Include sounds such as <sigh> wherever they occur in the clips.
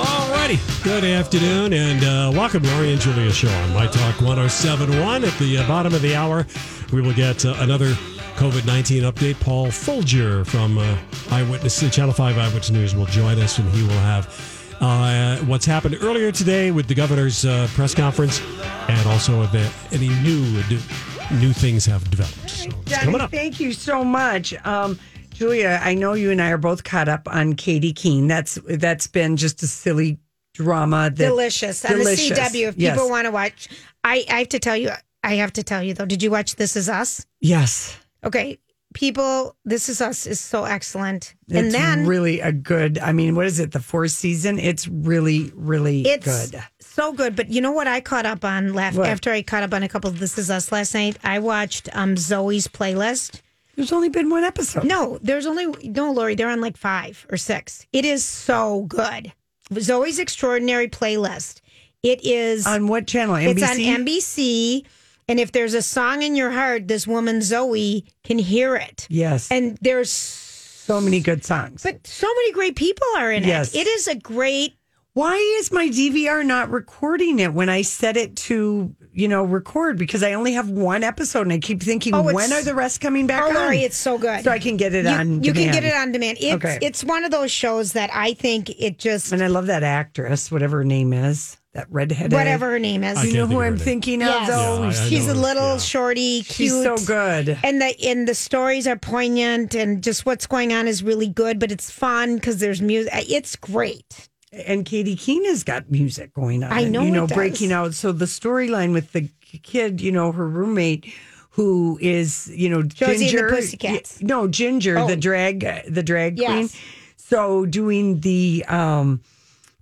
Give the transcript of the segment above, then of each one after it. Alrighty, good afternoon, and uh, welcome to Ari and Julia Show on My Talk 1071. At the uh, bottom of the hour, we will get uh, another COVID 19 update. Paul Folger from uh, Eyewitness, Channel 5 Eyewitness News will join us, and he will have uh, what's happened earlier today with the governor's uh, press conference and also if uh, any new new things have developed. So it's Johnny, coming up. thank you so much. Um, Julia, I know you and I are both caught up on Katie Keene. That's that's been just a silly drama. That, delicious on Delicious. the CW. If Yes. people want to watch, I, I have to tell you, I have to tell you though. Did you watch This Is Us? Yes, Okay, people, This Is Us is so excellent. it's and then really a good. I mean, what is it? The fourth season. It's really, really it's good. so good. But you know what? I caught up on left What? after I caught up on a couple of This Is Us last night. I watched um Zoe's playlist. There's only been one episode. No, there's only no Lori. They're on like five or six. It is so good. Zoe's extraordinary playlist. It is On what channel? NBC. It's on NBC. And if there's a song in your heart, this woman Zoe can hear it. yes, And and there's so many good songs. but so many great people are in Yes. it. It is a great why is my DVR not recording it when I set it to you know record? Because I only have one episode, and I keep thinking, Oh, it's- when are the rest coming back? oh, on? Lori, it's so good. So I can get it you, on. you can demand. get it on demand. It's Okay. it's one of those shows that I think it just And I love that actress, whatever her name is, that redheaded. whatever her name is. I You know can't think who of I'm her name. thinking of, Yes. though? Yeah, I- I She's know a her, little yeah. shorty, cute. She's so good. and the and the stories are poignant and just what's going on is really good but it's fun because there's music it's great And Katie Keene has got music going on. I know You it know, does. breaking out. So the storyline with the kid, you know, her roommate. Who is you know Josie and the Ginger? Pussycats. Oh. No, Ginger, the drag, the drag Yes. queen. So doing the um,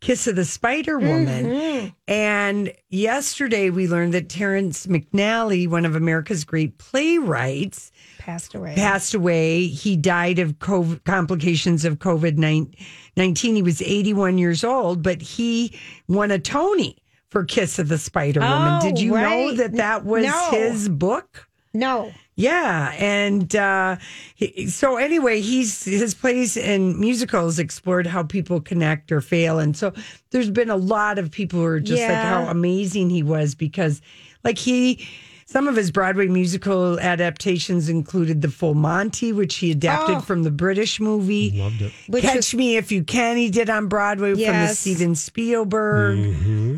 Kiss of the Spider Woman. Mm-hmm. And yesterday we learned that Terrence McNally, one of America's great playwrights, passed away passed away. He died of COVID, complications of COVID nine- 19. He was 81 years old, but he won a Tony for Kiss of the Spider Woman. Oh, Did you know right. that that was No. his book? no Yeah, and uh, he, so anyway, he's his plays and musicals explored how people connect or fail, and so there's been a lot of people who are just like Yeah. how amazing he was because, like he, some of his Broadway musical adaptations included The Full Monty, which he adapted Oh. from the British movie. Loved it. which Catch was Me If You Can, he did on Broadway from the Yes. Steven Spielberg.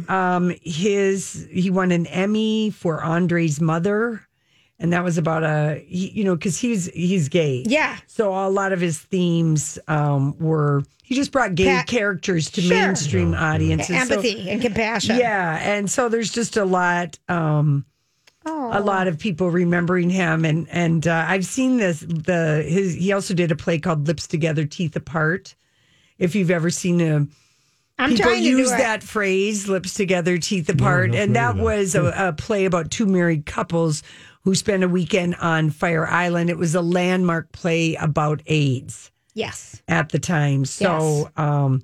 Um, his he won an Emmy for Andre's mother, and that was about a he, you know because he's he's gay. yeah So a lot of his themes um, were he just brought gay Pa- characters to Sure. mainstream audiences. So- empathy and compassion yeah, and so there's just a lot. Um, oh. a lot of people remembering him and and uh, I've seen this the his he also did a play called Lips Together Teeth Apart. If you've ever seen a i'm people trying to use do it. that phrase lips together teeth apart not and familiar that with was a, a play about two married couples who spent a weekend on Fire Island. It was a landmark play about AIDS yes at the time. So um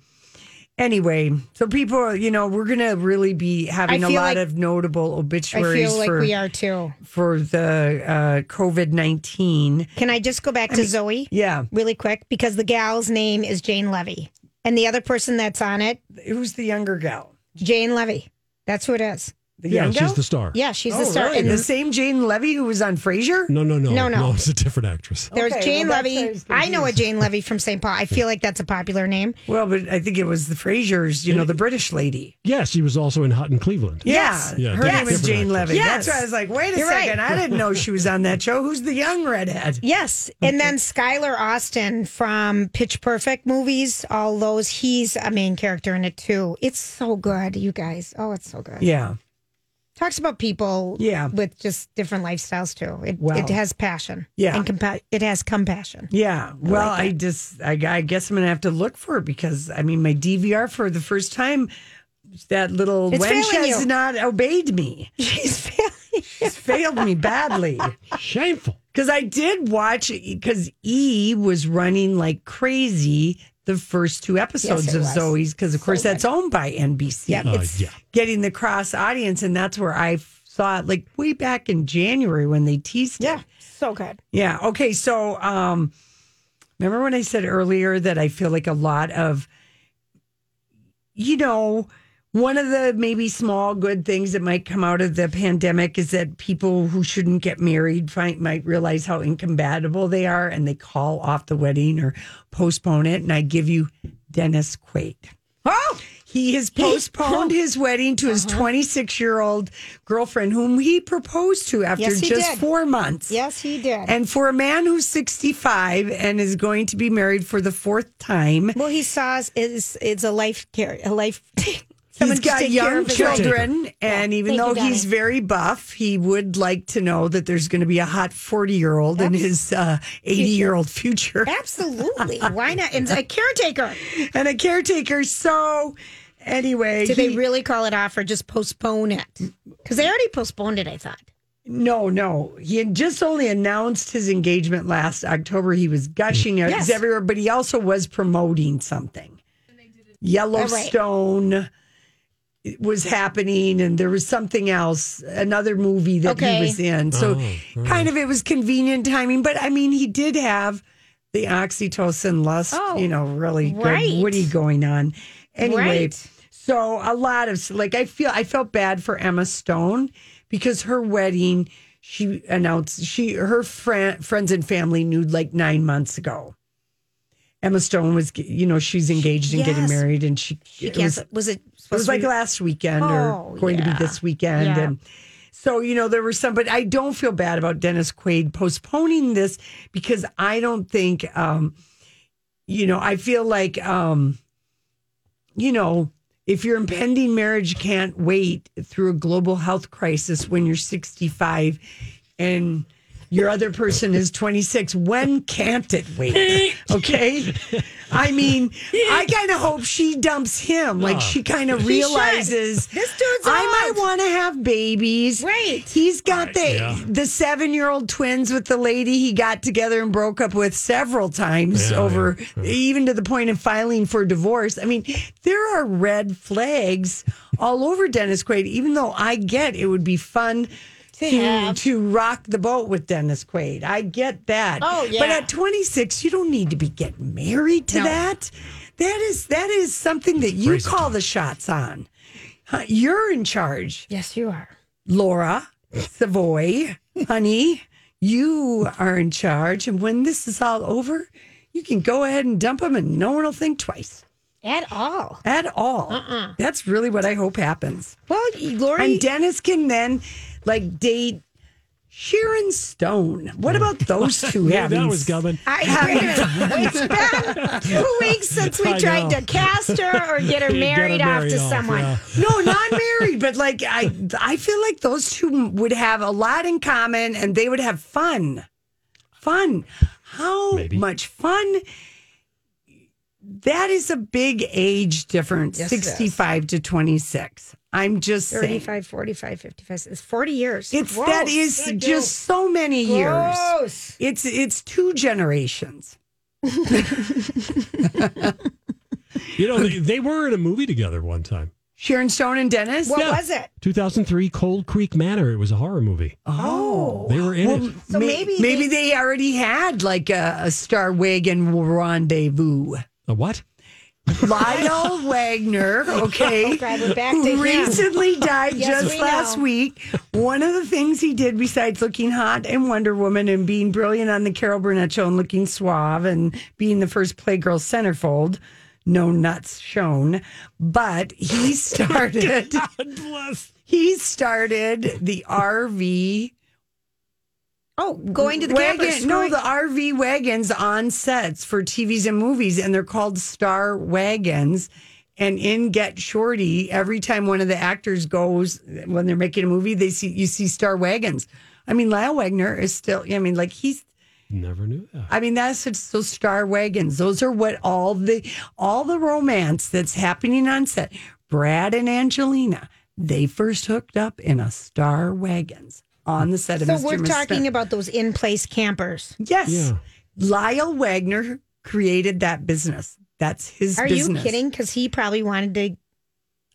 anyway, so people, you know, we're going to really be having a feel lot like- of notable i obituaries feel like for we are too for the uh COVID-19. can i just go back to zoe Yeah, really quick because the gal's name is jane levy and the other person that's on it who's the younger gal? jane levy that's who it is The Yeah, young she's gal? the star. Yeah, she's Oh, the star. really? And the same Jane Levy who was on Frasier. No, no, no, No, Oh. no. It's a different actress. there's Okay, Jane well, that's what I Levy. was I know a Jane Levy from St. Paul. I feel like that's a popular name. Well, but I think it was the Frasier's. You know, the British lady. Yeah, she was also in Hot in Cleveland. Yeah, her Yeah, name different- was different Jane actress. Levy. Yes. That's why I was like, wait a You're right. second, I didn't know she was on that show. Who's the young redhead? Yes. And then Skylar Austin from Pitch Perfect movies, all those. He's a main character in it too. It's so good, you guys. Oh, it's so good. Yeah, Talks about people Yeah. with just different lifestyles too. It, Wow. it has passion. Yeah. And compa- it has compassion. <laughs> yeah. Well, I just, I, I guess I'm gonna have to look for it because I mean, my DVR for the first time, that little It's wench failing has you. not obeyed me. She's failing. <laughs> It's failed me badly. Shameful. Because I did watch because E was running like crazy the first two episodes Yes, it of was. Zoe's because of course that's owned by NBC. Yeah. Uh, It's- yeah. Getting the cross audience, and that's where I saw it like way back in January when they teased it. So good. Yeah. Okay. So, um, remember when I said earlier that I feel like a lot of, you know, one of the maybe small good things that might come out of the pandemic is that people who shouldn't get married find, might realize how incompatible they are and they call off the wedding or postpone it. And I give you Dennis Quaid. Oh, he has <laughs> postponed his wedding to his Uh-huh. 26 year old girlfriend, whom he proposed to after Yes, he just did. four months. Yes, he did. And for a man who's 65 and is going to be married for the fourth time, well, he saw us is it's a life care a life. <laughs> he's someone to got take care young of his life. children. And even Thank though you, he's Donnie. very buff, he would like to know that there's going to be a hot 40 year old in his 80 year old future Absolutely. Why not? <laughs> And a caretaker. and a caretaker. So, anyway. Did they he- Mm. really call it off or just postpone it? Because they already postponed it, I thought. No, no. He had just only announced his engagement last October. He was gushing out Yes. everywhere, but he also was promoting something. Yellowstone was happening, and there was something else, another movie that Okay. Oh, he was in. So, kind of, it was convenient timing. But I mean, he did have the oxytocin lust, Oh, you know, really right. good Woody going on. Anyway, Right. so a lot of like I feel I felt bad for Emma Stone because her wedding she announced she her friend friends and family knew like nine months ago. Emma Stone was you know she's engaged and getting Yes. married and she, She it was canceled. Was, it? it was like last weekend Oh, or going to yeah. be this weekend Yeah. and so you know there were some but i don't feel bad about dennis quaid postponing this because i don't think um you know i feel like um you know if your impending marriage can't wait through a global health crisis when you're 65 and your other person is 26 when can't it wait <laughs> okay i mean i kind of hope she dumps him like she kind of realizes This dude's I old. might want to have babies. Right. He's got the yeah. the seven year old twins with the lady he got together and broke up with several times Yeah, over, yeah, yeah. even to the point of filing for divorce. I mean, there are red flags all over Dennis Quaid. Even though I get it would be fun. To, to, have. rock the boat with Dennis Quaid. I get that. Oh, But yeah. at 26, you don't need to be getting married to No. that. That is that is something that you crazy call the shots on. Huh, You're in charge, Yes, you are. Laura, Savoy, honey. You are in charge. And when this is all over, you can go ahead and dump them and no one will think twice At all. at all. That's really what I hope happens. Well, Lori. And Dennis can then like date Sharon Stone. What about <laughs> those two? Yeah, having that was coming. <laughs> I, wait a minute. It's been two weeks since we I tried know. to cast <laughs> her or get her You gotta married off marry to off, someone. yeah. No, not married, but like I, I feel like those two would have a lot in common, and they would have fun, fun. How Maybe. much fun? That is a big age difference, Yes, it is. sixty-five to twenty-six. I'm just saying, 35, 45, 55. It's 40 years. it's that is just so many years. Gross. It's it's two generations. You know, they, they were in a movie together one time. Sharon Stone and Dennis. What Yeah. was it? 2003 Cold Creek Manor. It was a horror movie. Oh, They were in it. So may- maybe maybe, they, already had like a, a star wig and rendezvous. A what? <laughs> Lionel Wagner, okay, Oh, God, we're back to who him. recently died Yes, just we last know. week. One of the things he did besides looking hot and Wonder Woman and being brilliant on the Carol Burnett show and looking suave and being the first Playgirl centerfold, no nuts shown, but <laughs> he started Bless. he started the RV Oh, going to the wagon. campus. No, right. the RV wagons on sets for TVs and movies, and they're called Star Wagons. And in Get Shorty, every time one of the actors goes when they're making a movie, they see you see Star Wagons. I mean, Lyle Wagner is still. I mean, like he's. Never knew that. <laughs> I mean, that's it's those Star Wagons. Those are what all the all the romance that's happening on set. Brad and Angelina, they first hooked up in a Star Wagons on the set of so Mr. we're Miss talking Smith. about those in-place campers. Yes. Yeah. Lyle Wagner created that business. That's his Are business. you kidding? Because he probably wanted to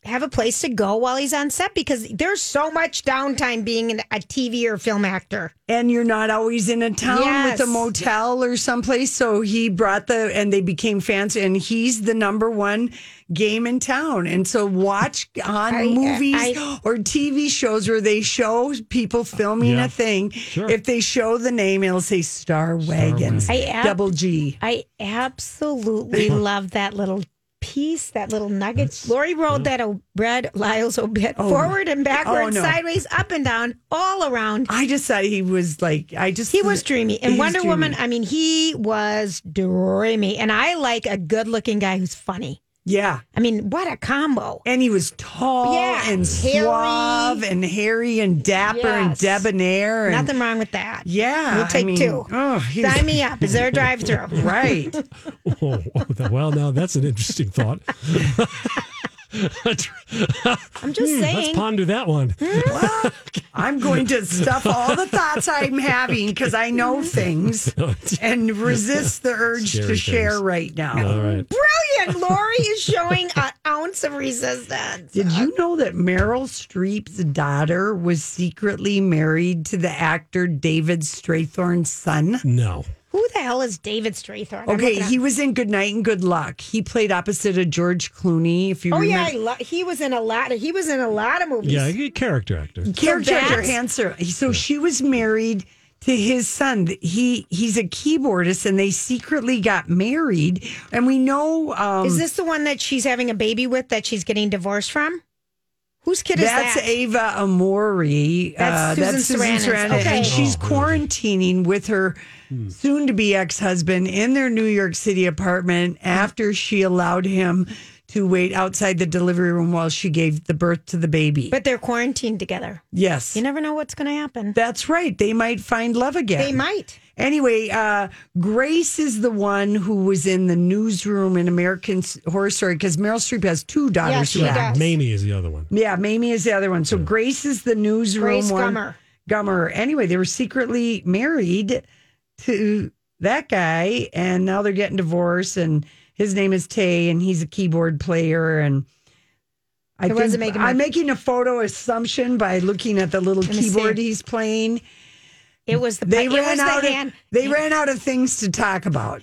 have a place to go while he's on set because there's so much downtime being an, a TV or film actor. And you're not always in a town Yes. with a motel or someplace. So he brought the, and they became fans, and he's the number one game in town. And so watch on I- movies I- or TV shows where they show people filming Yeah. a thing. Sure. If they show the name, it'll say Star Wagons, I ab- double G. I <laughs> absolutely love that little piece, that little nugget. Lori rolled that o- bread, Lyle's obit, forward and backward, Mm-hmm. Oh, no. sideways, up and down, all around. I just thought he was like, I just. He was dreamy. And He's Wonder Woman, dreamy. I mean, he was dreamy. And I like a good looking guy who's funny. Yeah. I mean, what a combo. and he was tall Yeah, and hairy. suave and hairy and dapper and Yes. debonair. And, Nothing wrong with that. Yeah, We'll I take mean, two. oh, he's- Sign me up. Is there a drive through? <laughs> Right. Oh, oh, well, now that's an interesting thought. <laughs> I'm just Let's saying. Hmm. ponder that one. well, I'm going to stuff all the thoughts I'm having because I know <laughs> things and resist the urge Scary to share things. right now. All right. <laughs> Brilliant. Lori is showing an ounce of resistance. Did you know that Meryl Streep's daughter was secretly married to the actor David Strathorn's son? No. Who the hell is David Strathorn? I'm Okay, looking he up- was in Good Night and Good Luck. He played opposite of George Clooney. If you Oh remember, yeah, I lo- he was in a lot. Of, he was in a lot of movies. Yeah, a character actor. character that's- actor Hanser. So she was married to his son. He he's a keyboardist, and they secretly got married. And we know um, Is this the one that she's having a baby with that she's getting divorced from? Whose kid is that's that? Ava Amori. uh, That's Susan Sarandon's. Okay. and she's Oh, Hmm. really? quarantining with her soon-to-be ex-husband in their New York City apartment after she allowed him to wait outside the delivery room while she gave the birth to the baby. but they're quarantined together. yes, You never know what's going to happen. that's right. They might find love again. They might. Anyway, uh, Grace is the one who was in the newsroom in American S- Horror Story because Meryl Streep has two daughters. she who does. act. Yes. Mamie is the other one. Yeah, Mamie is the other one. So Grace is the newsroom Grace one. Gummer. Gummer. Anyway, they were secretly married to that guy, and now they're getting divorced. And his name is Tay, and he's a keyboard player. And I It wasn't making I'm much- making a photo assumption by looking at the little Let me see. keyboard he's playing. It was the They it ran was the out. Of, hand. they ran out of things to talk about.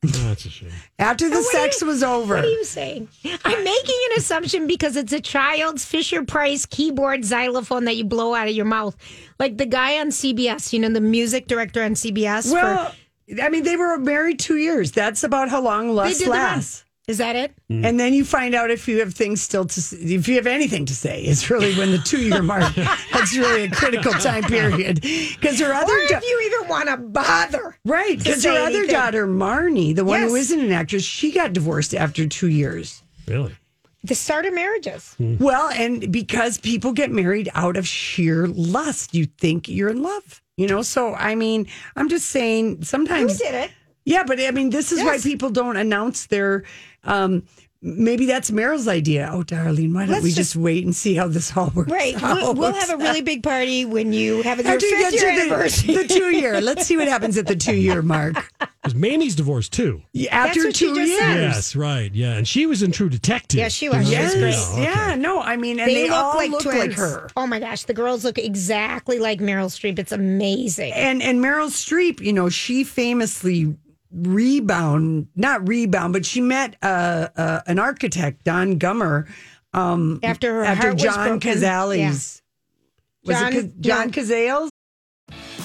That's a shame. After the What are sex you- was over. What are you saying? I'm making an assumption because it's a child's Fisher Price keyboard xylophone that you blow out of your mouth. Like the guy on CBS, you know, the music director on CBS. well, I mean, they were married two years. That's about how long for, lust the run. lasts. Is that it? And then you find out if you have things still to, s- if you have anything to say. It's really when the two <laughs> year mark. That's really a critical time period because her Or other. da- if you even want to bother. Right, because say her other anything. daughter, Marnie, the one who Yes. isn't an actress, she got divorced after two years. Really? The start of marriages. Well, and because people get married out of sheer lust, you think you're in love, you know? So, I mean, I'm just saying Who sometimes. did it? Yeah, but I mean, this is why Yes. people don't announce their. Um, maybe that's Meryl's idea. Oh, darling, why don't Let's we just- just, wait and see how this all works? Right. We'll, out? we'll <laughs> have a really big party when you have your After you fifth get year to anniversary. the, the two year. Let's see what happens at the two <laughs> year mark. Because Mamie's divorced too. Yeah, After what she two just years. said. Yes, right. Yeah. And she was in True Detective. Yeah, she was. Did you Yes. see that? Yes. Yeah, okay. Yeah. No, I mean, and they, all look like her. Oh my gosh, the girls look exactly like Meryl Streep. It's amazing. And and Meryl Streep, you know, she famously rebound, not rebound, but she met uh, uh, an architect, Don Gummer, um, After her after heart was John broken. Cazales. Was John- it Ca- John Cazales?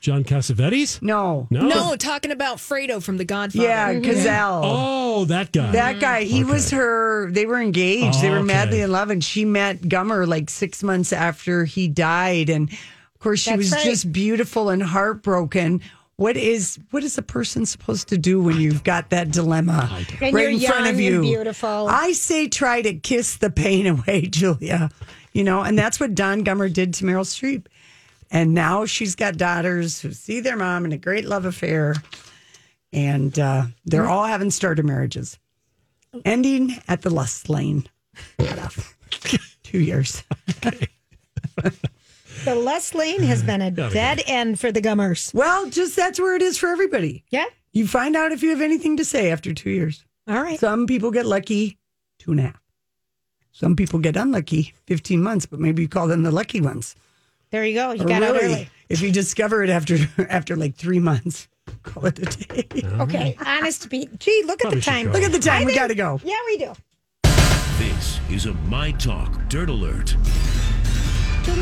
John Cassavetes? No. No. No, talking about Fredo from The Godfather. Yeah, Mm-hmm. Cazale. Oh, that guy. That guy, he Okay. Oh, was her. They were engaged. they were Okay. madly in love, and she met Gummer like six months after he died. And of course, she That's was right. just beautiful and heartbroken. What is what is a person supposed to do when you've got that dilemma And right you're in front young of and you? beautiful. I say try to kiss the pain <laughs> away, Julia. You know, and that's what Don Gummer did to Meryl Streep. And now she's got daughters who see their mom in a great love affair. And uh, Mm. they're all having starter marriages, ending at the lust lane. <laughs> Shut up. Two years. The less lane has been a dead end for the gummers. Well, just that's where it is for everybody. Yeah. You find out if you have anything to say after two years. All right. <laughs> Some people get lucky, two and a half. Some people get unlucky, 15 months, but maybe you call them the lucky ones. There you go. You Or got out really, early. If you discover it after <laughs> after like three months, <laughs> call it a day. Okay. Honest to be. Gee, look at Probably the should time. go. Look at the time. I we think- got to go. Yeah, we do. This is a My Talk Dirt Alert. Okay,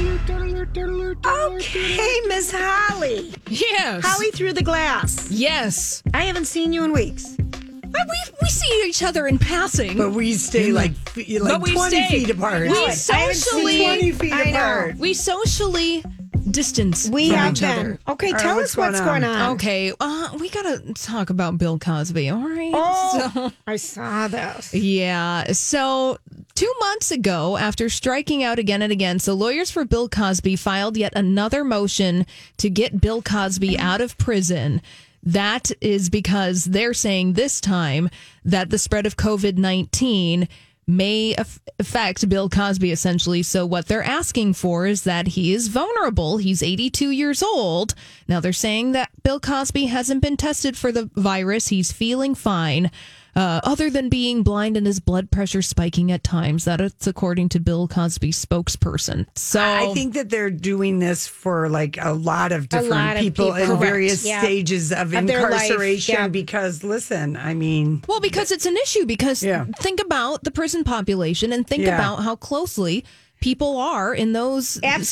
Miss Holly. Yes. Holly through the glass. Yes. I haven't seen you in weeks. But we, we see each other in passing. But we stay like f- like But we 20 stay. feet apart. We I haven't seen socially. you in 20 feet I know. apart. We socially distance We from have each been. other. Okay, All right, tell what's us what's going on? going on. Okay, uh, we gotta talk about Bill Cosby. All right. Oh, I saw this. So- yeah. So two months ago, after striking out again and again, so lawyers for Bill Cosby filed yet another motion to get Bill Cosby out of prison. That is because they're saying this time that the spread of COVID 19 may af- affect Bill Cosby essentially. So what they're asking for is that he is vulnerable. He's 82 years old. Now they're saying that Bill Cosby hasn't been tested for the virus. He's feeling fine. Uh, other than being blind and his blood pressure spiking at times, that's according to Bill Cosby's spokesperson. So I think that they're doing this for like a lot of different lot of people, people. in Correct. various Yeah. stages of, Of their life, incarceration. yeah. Because listen, I mean, Well, because it's an issue. Because Yeah. think about the prison population and think Yeah. about how closely people are in those Absolutely.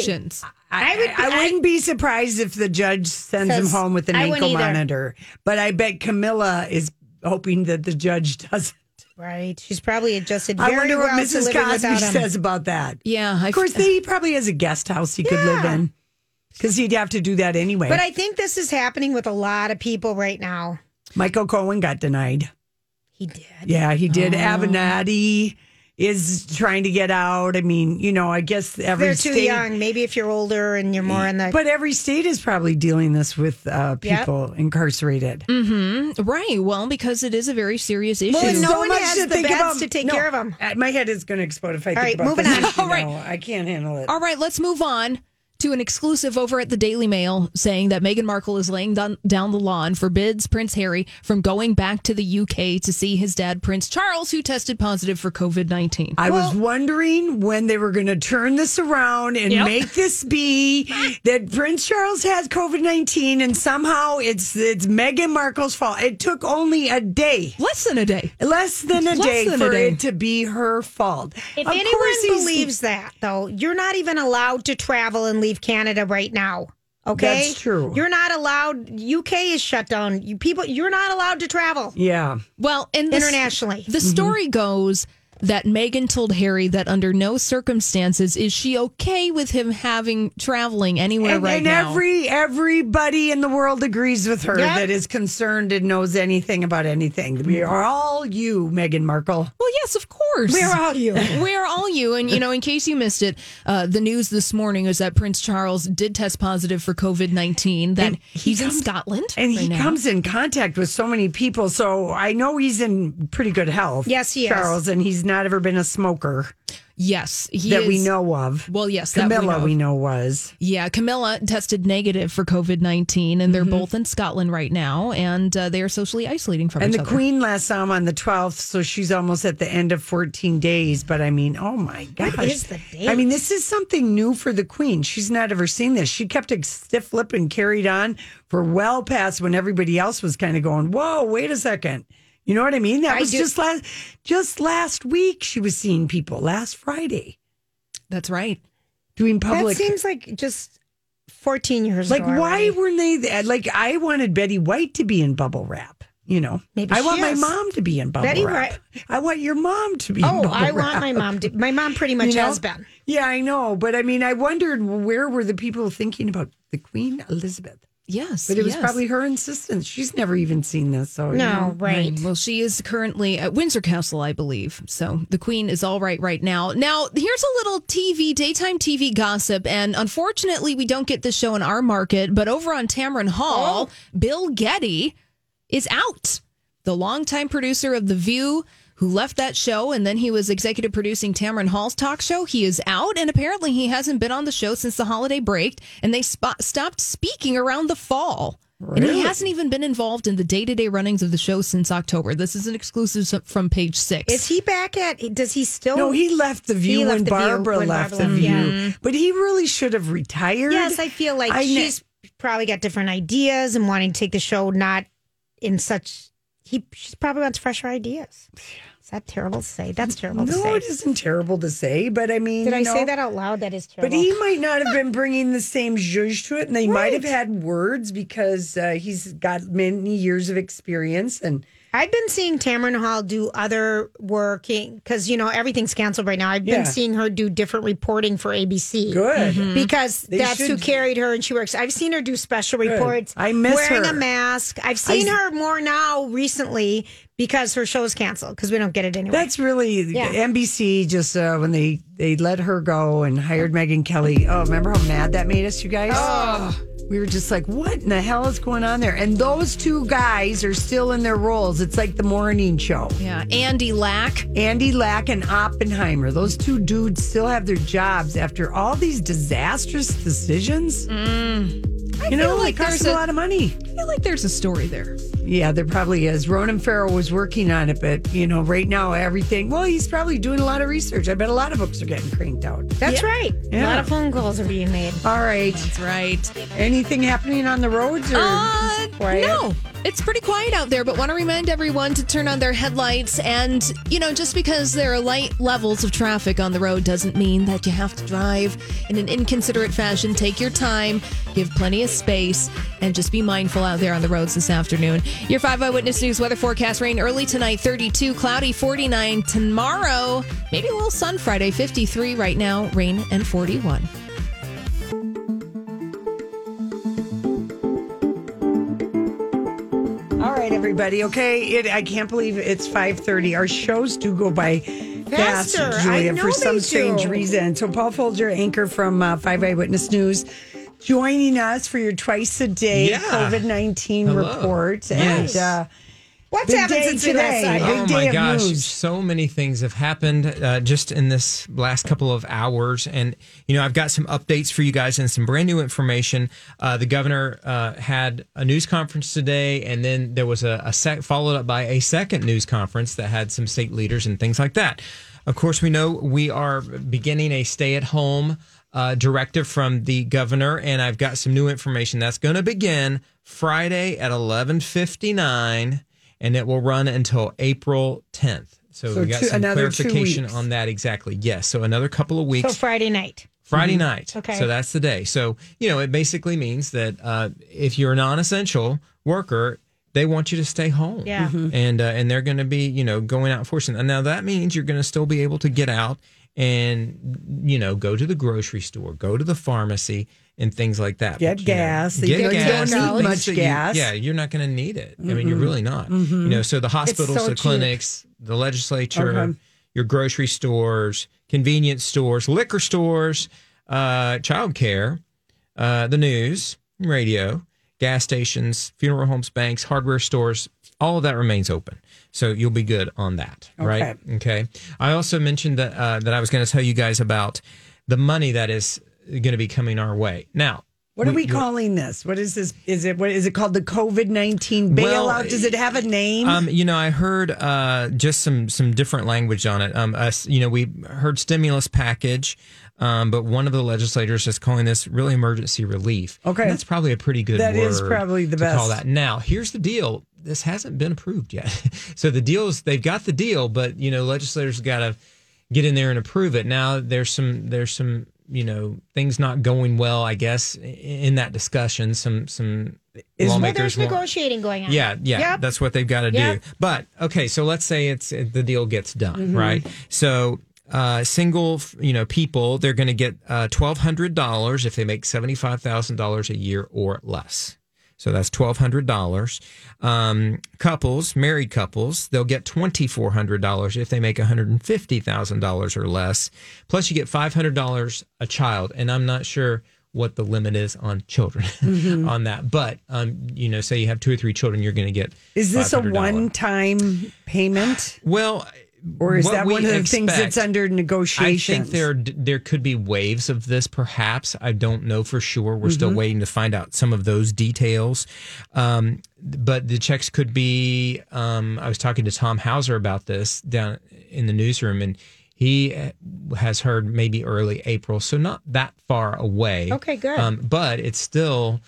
situations. I, I would- I, wouldn't be surprised if the judge sends him Says- home with an I wouldn't ankle either. monitor. But I bet Camilla is hoping that the judge doesn't. Right. She's probably adjusted very I wonder what well to Mrs. living Cosby without him. says about that. Yeah, I Of course, they, he probably has a guest house he could live in because he'd have to do that anyway. But I think this is happening with a lot of people right now. Michael Cohen got denied. He did. Yeah, he did. Oh. Avenatti is trying to get out. I mean, you know, I guess every They're too state. young. Maybe if you're older and you're more in the But every state is probably dealing this with uh, Yep. Mm-hmm. people incarcerated. right. Well, because it is a very serious issue. Well, and no so one much has to the think beds about. to take No, care of them. uh, My head is going to explode if I think right, about moving this. on. You All right. know, I can't handle it. All right, let's move on to an exclusive over at the Daily Mail saying that Meghan Markle is laying down, down the law and forbids Prince Harry from going back to the UK to see his dad, Prince Charles, who tested positive for COVID 19. I was wondering when they were going to turn this around and Yep. make this be that Prince Charles has COVID nineteen, and somehow it's it's Meghan Markle's fault. It took only a day, Less than a day. less than a Less day than a for day. it to be her fault. If Of course anyone he's- believes that, though, you're not even allowed to travel and leave Canada right now. Okay, That's true. You're not allowed. UK is shut down. You people, you're not allowed to travel. Yeah. Well, and the, Internationally. the story goes that Megan told Harry that under no circumstances is she okay with him having traveling anywhere And, right and now. every everybody in the world agrees with her Yeah. that is concerned and knows anything about anything. We are all you, Meghan Markle. well, yes, of course. Where <laughs> are you? Where are you? And, you know, in case you missed it, uh, the news this morning is that Prince Charles did test positive for COVID 19, that he's in Scotland. And right he now. comes in contact with so many people, so I know he's in pretty good health. Yes, he is. Charles, and he's not ever been a smoker Yes. He that we is- know of. Well, yes, that we Camilla, know of. we know was. Yeah, Camilla tested negative for COVID 19, and they're both in Scotland right now, and uh, they are socially isolating from And each the other. Queen last saw him on the 12th, so she's almost at the end of 14 days. But I mean, oh my gosh. is the I mean, this is something new for the Queen. She's not ever seen this. She kept a stiff lip and carried on for well past when everybody else was kind of going, whoa, wait a second. You know what I mean? That I was do- just last just last week she was seeing people last Friday That's right. doing That public seems like just 14 years like ago. why already. weren't they th- like I wanted Betty White to be in bubble wrap, you know. Maybe I she want my is. mom to be in bubble Betty wrap. I want your mom to be in Oh, bubble I wrap. want my mom to. My mom pretty much You know? has been. Yeah, I know, but I mean I wondered where were the people thinking about the Queen Elizabeth? Yes. But it was yes. probably her insistence. She's never even seen this. So you No, know. right. Well, she is currently at Windsor Castle, I believe. So the Queen is all right right now. Now, here's a little TV, daytime TV gossip. And unfortunately, we don't get this show in our market, but over on Tamron Hall, Oh. Bill Getty is out. The longtime producer of The View, who left that show and then he was executive producing Tamron Hall's talk show, he is out. And apparently, he hasn't been on the show since the holiday break. And they spot, stopped speaking around the fall. And he hasn't even been involved in the day to day runnings of the show since October. This is an exclusive s- from page six. Is he back at? Does he still? No, he left the view left when The View Barbara when left Barbara the left, view. yeah. But he really should have retired. Yes, I feel like I kn- she's probably got different ideas and wanting to take the show not in such. He she's probably wants fresher ideas. Is that terrible to say? That's terrible to no, say. it isn't terrible to say, but I mean, Did you I say know, that out loud? That is terrible. But he might not have been bringing the same zhuzh to it, and they might have Right. had words because uh, he's got many years of experience. And I've been seeing Tamron Hall do other working because you know everything's canceled right now. I've Yeah. been seeing her do different reporting for ABC. good, Mm-hmm. Because They that's who should- carried her, and she works. I've seen her do special reports. I miss wearing her. a mask. I've seen her more now recently because her show's canceled because we don't get it anyway. that's really Yeah. NBC. Just uh, when they they let her go and hired Megan Kelly. Oh, remember how mad that made us, you guys? We were just like, what in the hell is going on there? And those two guys are still in their roles. It's like the morning show. yeah. Andy Lack. Andy Lack and Oppenheimer. Those two dudes still have their jobs after all these disastrous decisions. You know, Mm. feel like like it costs there's a a- lot of money. I feel like there's a story there. Yeah, there probably is. Ronan Farrow was working on it, but you know, right now everything. Well, he's probably doing a lot of research. I bet a lot of books are getting cranked out. That's right. A lot Yeah. of phone calls are being made. All right. That's right. Anything happening on the roads? Or Uh, quiet? no, it's pretty quiet out there, but want to remind everyone to turn on their headlights. And, you know, just because there are light levels of traffic on the road doesn't mean that you have to drive in an inconsiderate fashion. Take your time, give plenty of space, and just be mindful out there on the roads this afternoon. Your 5 Eyewitness News weather forecast rain early tonight, 32, cloudy, 49. Tomorrow, maybe a little sun Friday, 53 right now, rain and 41. All right, everybody. Okay, it, I can't believe it's five thirty. Our shows do go by fast, Faster, I Julia, know for some they strange do. reason. So, Paul Folger, anchor from uh, Five Eyewitness News, joining us for your twice a day Yeah. COVID nineteen report. And uh, What's Big happened day since today. you last saw you? Oh Big day my of gosh, news. so many things have happened uh, just in this last couple of hours. And, you know, I've got some updates for you guys and some brand new information. Uh, the governor uh, had a news conference today, and then there was a, a sec- followed up by a second news conference that had some state leaders and things like that. Of course, we know we are beginning a stay at home uh, directive from the governor, and I've got some new information that's going to begin Friday at 11:59, and it will run until April 10th. So, So we got two- some another two clarification weeks. on that exactly. Yes, so another couple of So weeks. Friday night. Friday night. Okay. So that's the day. So, you know, it basically means that uh, if you're a non essential worker, they want you to stay home. Yeah. Mm-hmm. And, uh, and they're going to be, you know, going out and forcing. And now that means you're going to still be able to get out and, you know, go to the grocery store, go to the pharmacy and things like that. Get But, you know, gas. You get don't- you don't gas, the need things much that you- gas. Mm-hmm. yeah, you're not going to need it. I mean, you're really not. You know, so the hospitals, so the cheap. Uh-huh. clinics, the legislature, Okay. your grocery stores, convenience stores, liquor stores, uh, childcare, uh, the news, radio, gas stations, funeral homes, banks, hardware stores, all of that remains open. So you'll be good on that, right? Okay. I also mentioned that uh, that I was going to tell you guys about the money that is going to be coming our way. Now, What are we calling this? What is this? Is it what is it called? The COVID nineteen bailout? Well, Does it have a name? Um, you know, I heard uh, just some some different language on it. Um, us, you know, we heard stimulus package, um, but one of the legislators is calling this really emergency relief. Okay. And that's probably a pretty good. That word is probably the to Call best. that. Now, here's the deal. This hasn't been approved yet. <laughs> so the deal is they've got the deal, but you know, legislators got to get in there and approve it. Now there's some there's some you know things not going well, I guess, i- in that discussion. Some some Well, lawmakers there's want- negotiating going on. yeah, yeah, Yep. that's what they've got to Yep. do. But okay, so let's say it's it, the deal gets done, right? So uh, single, f- you know, people they're going to get uh, twelve hundred dollars if they make seventy five thousand dollars a year or less. So that's twelve hundred dollars. Um, couples, married couples, they'll get twenty four hundred dollars if they make one hundred and fifty thousand dollars or less. Plus, you get five hundred dollars a child, and I'm not sure what the limit is on children <laughs> on that. But um, you know, say you have two or three children, you're going to get. is this a $500. one time payment, Well, or is what that we one of the things expect- that's under I negotiation? think there there could be waves of this, perhaps. I don't know for sure. We're still waiting to find out some of those details. Um, but the checks could be. Um, I was talking to Tom Hauser about this down in the newsroom, and he uh, has heard maybe early April, so not that far away. Okay, good. Um, but it's still,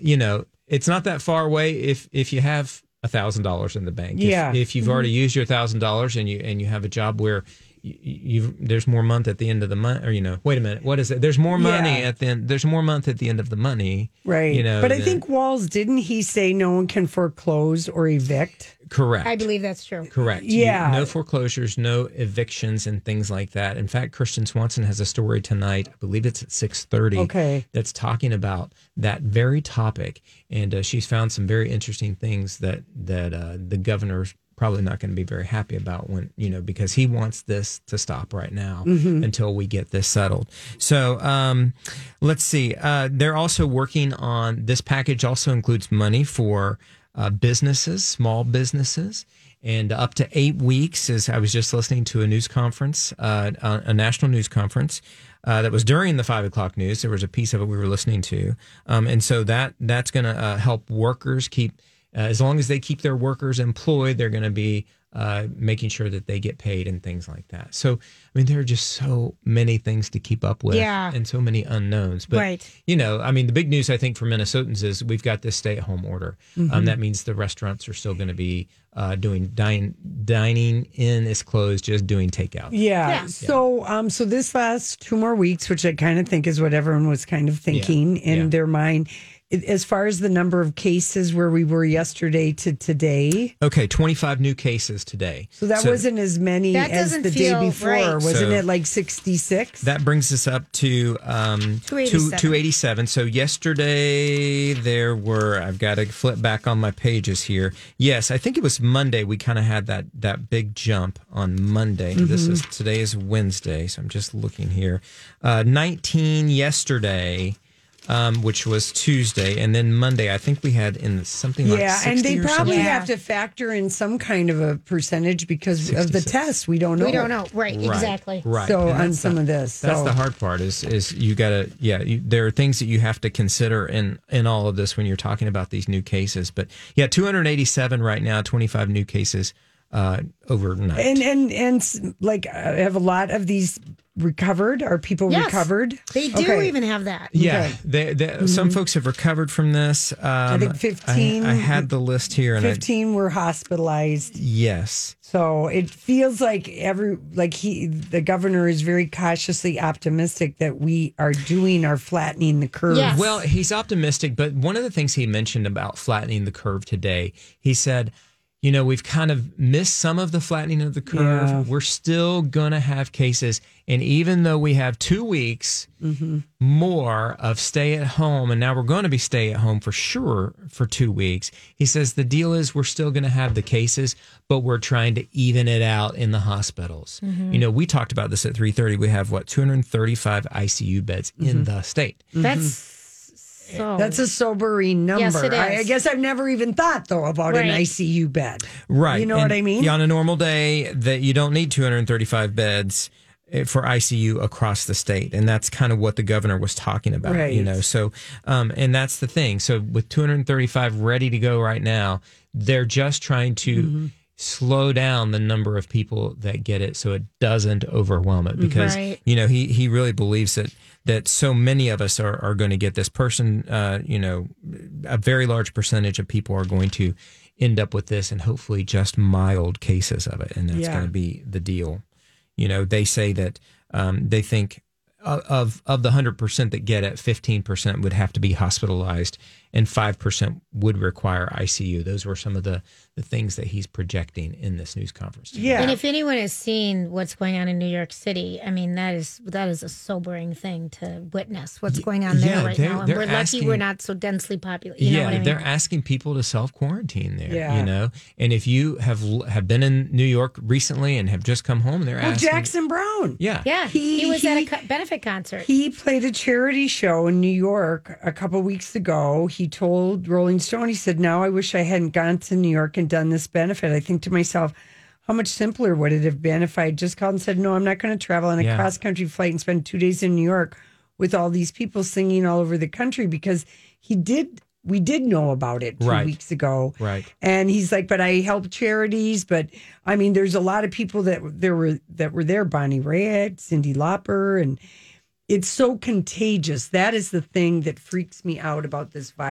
you know, it's not that far away if if you have a thousand dollars in the bank. If- Yeah. Mm-hmm. If, you've already used your thousand dollars and you and you have a job where you, you there's more month at the end of the month, or you know, wait a minute, what is it? There's more money Yeah. at the end. There's more month at the end of the money. right? You know, but I than- think Walls didn't he say no one can foreclose or evict? correct. I believe that's true. Correct. Yeah. You- no foreclosures, no evictions, and things like that. In fact, Christian Swanson has a story tonight. I believe it's at six thirty. Okay. That's talking about that very topic, and uh, she's found some very interesting things that that uh, the governor's probably not going to be very happy about when you know because he wants this to stop right now Mm. until we get this settled. So um, let's see. Uh, they're also working on this package. Also includes money for uh, businesses, small businesses and up to eight weeks is i was just listening to a news conference uh, a, a national news conference uh, that was during the five o'clock news there was a piece of it we were listening to um, and so that that's going to uh, help workers keep uh, as long as they keep their workers employed they're going to be uh, making sure that they get paid and things like that so i mean there are just so many things to keep up with Yeah. and so many unknowns but Right. you know i mean the big news i think for minnesotans is we've got this stay-at-home order um, that means the restaurants are still going to be uh, doing dine, dining in is closed just doing takeout Yeah. Yeah. So um so this lasts two more weeks, which I kind of think is what everyone was kind of thinking in Yeah. their mind. It- As far as the number of cases where we were yesterday to today, okay 25 new cases today so that wasn't as many That as doesn't the day feel before, right. wasn't So- it? Like sixty six. that brings us up to um, two- 287. 287. So yesterday there were I've got to flip back on my pages here. Yes, I think it was Monday we kind of had that that big jump on Monday. This is today is Wednesday, so I'm just looking here. Uh, 19 yesterday. Um, which was Tuesday, and then Monday. I think we had in something like Yeah, and 60 they or something. probably something. have to factor in some kind of a percentage because of the 66. test. We don't know. We don't know. Right, exactly. Right. So And on that's some the- of this, That's so- the hard part is is you gotta yeah, you, there are things that you have to consider in in all of this when you're talking about these new cases. But yeah, two hundred and eighty seven right now, twenty five new cases uh overnight. And and and s- like I have a uh, lot of these recovered? Are people Yes. recovered? They do Okay. even have that. Yeah, they, they, some folks have recovered from this. Um, I think 15 I, had the list here, and I, 15 were hospitalized. yes, So it feels like every like he the governor is very cautiously optimistic that we are doing are flattening the curve. Yes. Well, he's optimistic, but one of the things he mentioned about flattening the curve today, he said, you know, we've kind of missed some of the flattening of the curve. Yeah. We're still going to have cases. And even though we have two weeks more of stay at home, and now we're going to be stay at home for sure for two weeks, he says the deal is we're still going to have the cases, but we're trying to even it out in the hospitals. You know, we talked about this at 3.30. We have, what, 235 ICU beds in the state. That's Mm-hmm. so. That's a sobering number. Oh. Yes, it I, I is. guess I've never even thought though about an Right. ICU bed. Right. You know And, what I mean? yeah, on a normal day that you don't need 235 beds eh, for ICU across the state. And that's kind of what the governor was talking about, Right. you know? So, um, and that's the thing. So with 235 ready to go right now, they're just trying to Mm-hmm. slow down the number of people that get it. So it doesn't overwhelm it because, Right. you know, he, he really believes that, that so many of us are, are going to get this person, uh, you know, a very large percentage of people are going to end up with this and hopefully just mild cases of it. And that's Yeah. going to be the deal. You know, they say that um, they think o- of of the 100% that get it, 15% would have to be hospitalized and 5% would require ICU. Those were some of the, the things that he's projecting in this news conference. today. Yeah. And if anyone has seen what's going on in New York City, I mean that is that is a sobering thing to witness. What's going on there yeah, right they're- now, and they're we're lucky asking- we're not so densely populated. You know yeah, what I mean? they're asking people to self quarantine there. Yeah. You know, and if you have have been in New York recently and have just come home, they're well, asking. Jackson Brown. Yeah. yeah, He- he, was at a he- co- benefit concert. He played a charity show in New York a couple weeks ago. He told Rolling Stone, he said, Now I wish I hadn't gone to New York and done this benefit. I think to myself, how much simpler would it have been if I had just called and said, No, I'm not going to travel on a Yeah. cross country flight and spend two days in New York with all these people singing all over the country? Because he did, we did know about it two Right. weeks ago. Right. And he's like, but I help charities. But I mean, there's a lot of people that there were that were there. Bonnie Raitt, Cindy Lauper, and it's so contagious. That is the thing that freaks me out about this virus.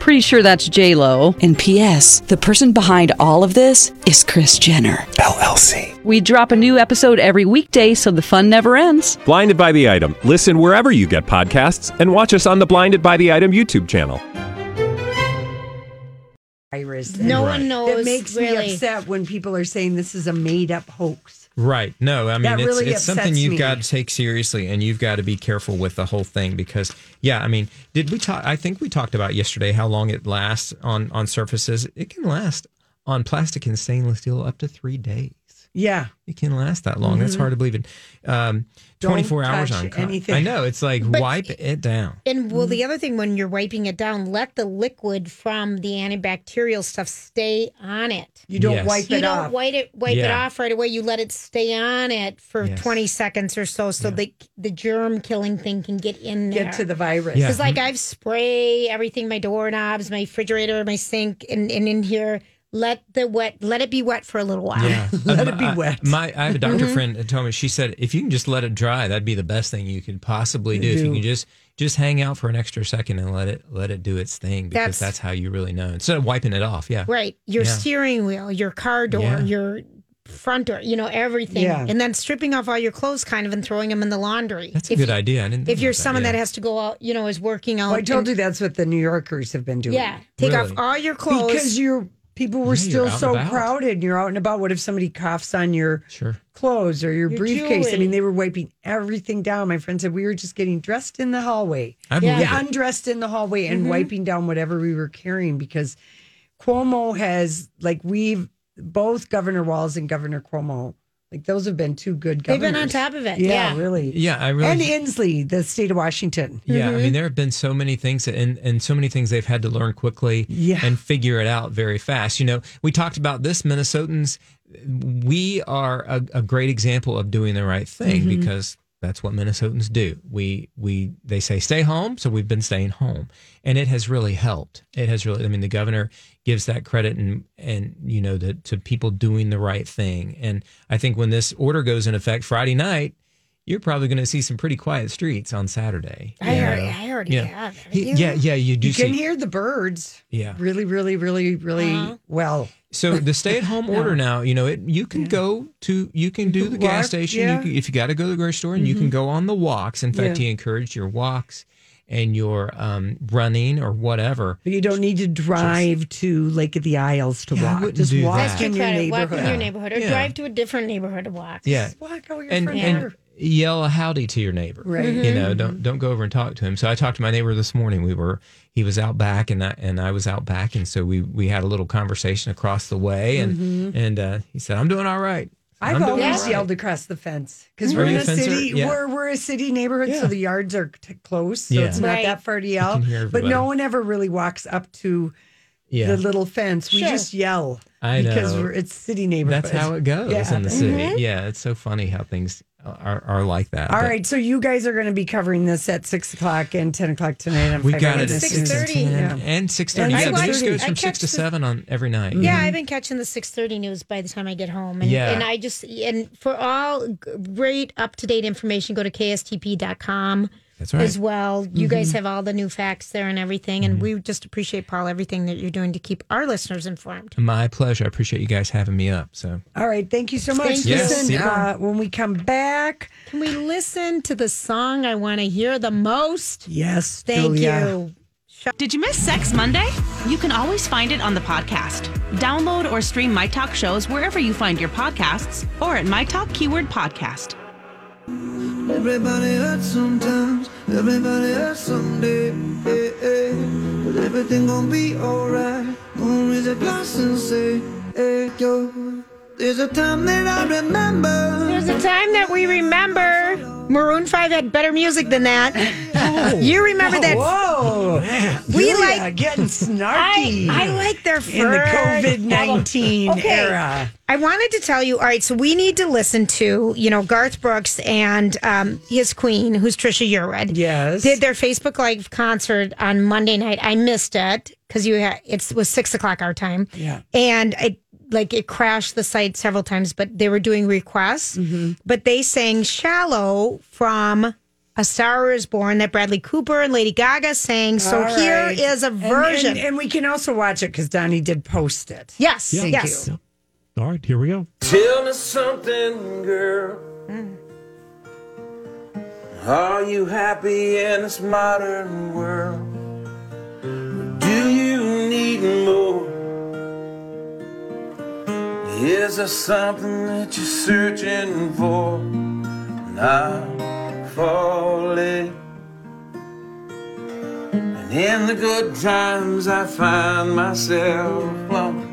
Pretty sure that's J Lo. And P.S. The person behind all of this is Chris Jenner. LLC. We drop a new episode every weekday, so the fun never ends. Blinded by the item. Listen wherever you get podcasts, and watch us on the Blinded by the Item YouTube channel. virus. And no one knows. that makes really. me upset when people are saying this is a made up hoax. Right. No, I mean, That it's, really it's something upsets you've me. got to take seriously and you've got to be careful with the whole thing because, yeah, I mean, did we talk? I think we talked about yesterday how long it lasts on, on surfaces. It can last on plastic and stainless steel up to three days. Yeah, It can last that long. Mm-hmm. That's hard to believe. It. Um, 24 Don't hours touch on con- anything. I know. It's like wipe it down. And well, Mm-hmm. the other thing when you're wiping it down, let the liquid from the antibacterial stuff stay on it. you don't Yes. wipe you it don't off. wipe it wipe it Yeah. off right away. You let it stay on it for Yes. 20 seconds or so, so the the germ killing thing can get in there. Get to the virus. Yeah. Because like I've spray everything, my doorknobs, my refrigerator, my sink, and, and in here. Let the wet let it be wet for a little while. Yeah. <laughs> Let it Uh, be my- wet. My, I have a doctor friend that told me, she said, if you can just let it dry, that'd be the best thing you could possibly do. If you do. can just, just hang out for an extra second and let it, let it do its thing That's- because that's, how you really know. Instead of wiping it off. Yeah. Right. Your Yeah. steering wheel, your car door, Yeah. your front door, you know, everything. Yeah. And then stripping off all your clothes kind of and throwing them in the laundry. That's a If good you- idea. I didn't If think you're about someone yeah. Oh, that has to go out, you know, is working out. Well, I told Um, and- you that's what the New Yorkers have been doing. Yeah. Take off Really? all your clothes. because you're people were Yeah, you're still out and so about. crowded and you're out and about. What if somebody coughs on your Sure. clothes or your, Your briefcase? I mean, jewelry. they were wiping everything down. My friend said we were just getting dressed in the hallway. I believe Yeah, it. undressed in the hallway Mm-hmm. and wiping down whatever we were carrying because Cuomo has like we've both Governor Walls and Governor Cuomo, like those have been two good They've governors. been on top of it, yeah. really. Yeah, I really and Inslee, the state of Washington. Yeah, I mean, there have been so many things, that- and and so many things they've had to learn quickly Yeah. and figure it out very fast. You know, we talked about this. Minnesotans, we are a, a great example of doing the right thing because that's what Minnesotans do. We we they say stay home, so we've been staying home, and it has really helped. It has really. I mean, the governor gives that credit and and you know to, to people doing the right thing, and I think when this order goes in effect Friday night. You're probably going to see some pretty quiet streets on Saturday. I you already, know? I already Yeah. have. He- yeah, yeah, you do You see. can hear the birds yeah. really, really, really, really well. So <laughs> the stay-at-home order now, you know, it you can go to you can do the Walk, gas station. yeah. You can, if you got to go to the grocery store, and you can go on the walks. In fact, Yeah. he encouraged your walks and your um, running or whatever. But you don't need to drive to Lake of the Isles to Yeah, I walk. wouldn't Just do walk that. That's in Too your crowded. neighborhood. Walk in your neighborhood or Yeah. drive to a different neighborhood to walk. Yeah, Walk out with your and friends. and Mhm. yell a howdy to your neighbor. Right. You know, don't don't go over and talk to him. So I talked to my neighbor this morning. We were he was out back and I and I was out back and so we we had a little conversation across the way and and uh, he said I'm doing all right. I've I'm doing always all right. yelled across the fence because Are we're in you a a fencer? city. Yeah. We're we're a city neighborhood, so Yeah. the yards are t- close, so Yeah. it's not Right. that far to yell. can hear But no everybody. one ever really walks up to Yeah. the little fence. We Sure. just yell I because know. we're, it's city neighborhood. That's how it goes Yeah. Mm-hmm. in the city. Yeah, it's so funny how things are, are like that. All But right, so you guys are going to be covering this at six o'clock and ten o'clock tonight. on we Five got it Eyewitness at News. 6:30. and, and six thirty. And Yeah, the I news watch- goes I from six catch to the- seven on every night. Yeah, mm-hmm. I've been catching the 6:30 news by the time I get home and Yeah. and I just and for all g- great up-to-date information go to kstp.com That's right. Mm-hmm. as well. You guys have all the new facts there and everything and we just appreciate Paul everything that you're doing to keep our listeners informed. My pleasure. I appreciate you guys having me up. So All right, thank you so much. Thank you. Yes, Listen, see you uh, when we come back, Can we listen to the song I want to hear the most? yes, Thank Julia. you. Did you miss Sex Monday? You can always find it on the podcast. Download or stream My Talk shows wherever you find your podcasts or at My Talk Keyword Podcast. Everybody hurts sometimes, everybody hurts someday. eh, eh. But everything gonna be alright. Gonna raise a glass and say, hey, yo. There's a time that I remember. There's a time that we remember. Maroon 5 had better music than <laughs> that. you remember that Whoa, We Julia, like- <laughs> getting snarky. I, I like their first in the COVID nineteen era. I wanted to tell you. All right, so we need to listen to you know Garth Brooks and um, his queen, who's Trisha Yearwood. Yes. did their Facebook Live concert on Monday night. I missed it because you had it was six o'clock our time. Yeah. and it like it crashed the site several times, but they were doing requests. Mm-hmm. But they sang "Shallow" from. A Star is Born that Bradley Cooper and Lady Gaga sang. So All here right. is a And- version. and, and we can also watch it because Donnie did post it. yes, Thank yes. All right, here we go. Tell me something, girl. Are you happy in this modern world? Or Do you need more? Is there something that you're searching for? And I'm falling. And in the good times, I find myself plumbing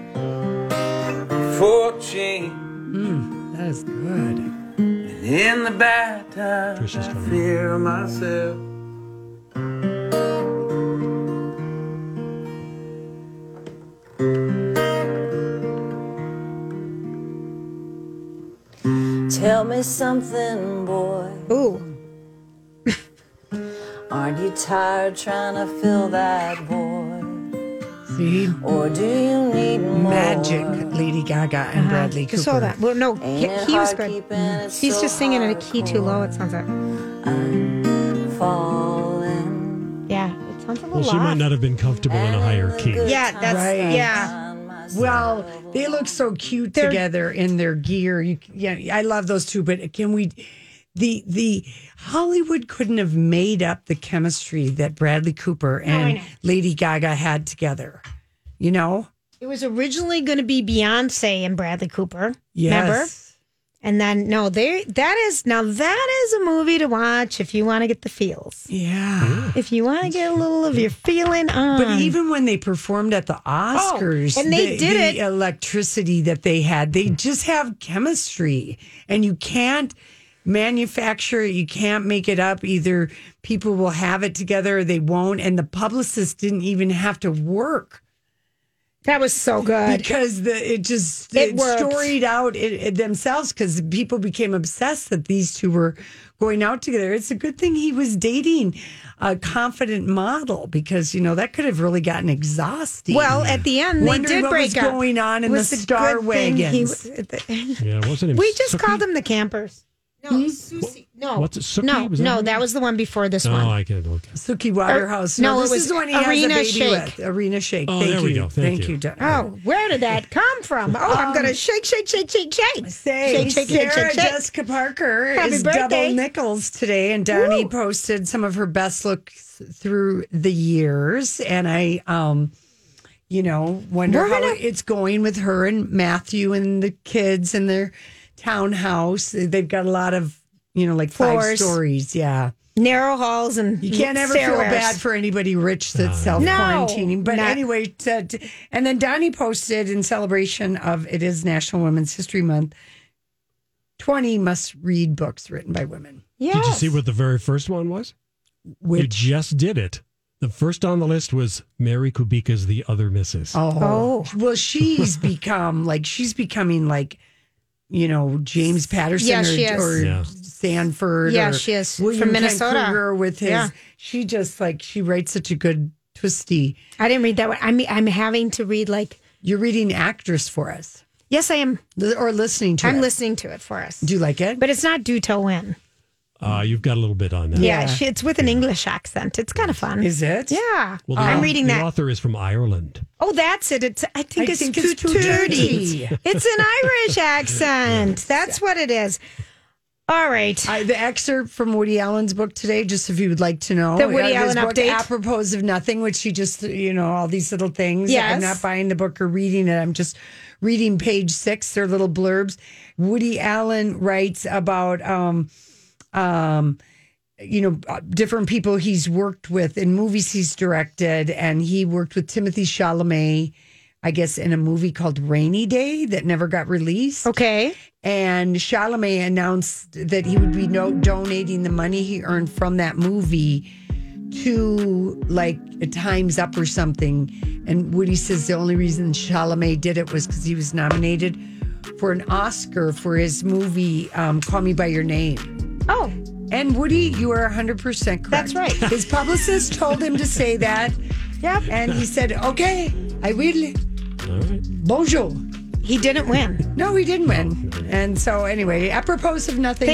for change. That is good. And in the bad times, Trisha's I coming. fear myself. Tell me something, boy. Ooh. Aren't you tired trying to fill that void? See, Or do you need more? magic, Lady Gaga and Bradley Cooper. Just Oh. Uh-huh. saw that. Well, no, he, Ain't it he was hard good. keeping it She's so just singing at a hard key too low. It sounds like. Falling. Yeah, it sounds a little Well, she might off. not have been comfortable in a higher key. Yeah, that's Right. yeah. Well, they look so cute They're- together in their gear. You, yeah, I love those two. But can we? The the Hollywood couldn't have made up the chemistry that Bradley Cooper and Lady Gaga had together. You know, It was originally going to be Beyonce and Bradley Cooper. Remember? Yes. And then no, they that is now that is a movie to watch if you want to get the feels. Yeah. If you want to get a little of your feeling on. But even when they performed at the Oscars, Oh, and they the, did the it- electricity that they had, they just have chemistry, and you can't manufacture it. You can't make it up. Either people will have it together, or they won't. And the publicist didn't even have to work that was so good. because the it just It it worked. storied out it, it themselves because people became obsessed that these two were going out together. It's a good thing he was dating a confident model because you know that could have really gotten exhausting. Well, at the end they Wondering did what break was up. going on in Was the a Star good thing he Wagons. w- Yeah, wasn't it? we just Sookie? called them the campers. No, Susie. No. Hmm? What's it, Sookie? No, Was that no, right? that was the one before this <laughs> Oh, one. I can look. Suki Waterhouse. er, no, it this was is the one he Arena has a baby Shake. with. Arena Shake. Oh, Thank there you. we go. Thank you. Doug. Oh, where did that come from? Oh, I'm gonna shake, shake, shake, shake, shake. Um, Say, shake, shake, shake, Sarah shake, shake. Jessica Parker Happy is birthday. double nickels today, and Donnie posted some of her best looks through the years, and I, um, you know, wonder We're how gonna- it's going with her and Matthew and the kids and their townhouse. They've got a lot of, you know, like five Floors. stories. Yeah, Narrow halls and you can't ever feel stairways. bad for anybody rich that's self quarantining. But not- anyway, t- t- and then Donnie posted in celebration of it is National Women's History Month. Twenty must read books written by women. Yes. Did you see what the very first one was? You Which just did it. The first on the list was Mary Kubica's The Other Misses. oh, well, she's become like she's becoming like you know James Patterson Yeah, or, she is. or Yeah. Sanford. Yeah, or she is. From William Kent Minnesota. Kruger with his. Yeah. She just like she writes such a good twisty. I didn't read that one. I mean, I'm having to read like. You're reading actress for us. Yes, I am. Li- or listening to I'm it. listening to it for us. Do you like it? but it's not due till when. Uh, you've got a little bit on that. Yeah, she, it's with an English accent. It's kind of fun. is it? yeah, Well, the, I'm au- reading the that. author is from Ireland. Oh, that's it. It's I think I it's think too it's dirty. <laughs> Tutti. It's an Irish accent. That's what it is. All right. I, the excerpt from Woody Allen's book today, just if you would like to know, The Woody out of his Allen book, update? apropos of nothing, which he just you know all these little things. Yes. I'm not buying the book or reading it. I'm just reading page six. They're little blurbs. Woody Allen writes about um, um, you know, uh, different people he's worked with in movies he's directed, and he worked with Timothy Chalamet, I guess, in a movie called Rainy Day that never got released. okay. And Chalamet announced that he would be no- donating the money he earned from that movie to like a Times Up or something. And Woody says the only reason Chalamet did it was because he was nominated for an Oscar for his movie um, Call Me by Your Name. Oh, And Woody, you are 100% correct. That's right. His publicist told him to say that. Yep. And he said, okay, I will. All right. Bonjour. he didn't win. No, he didn't win. And so, anyway, apropos of nothing.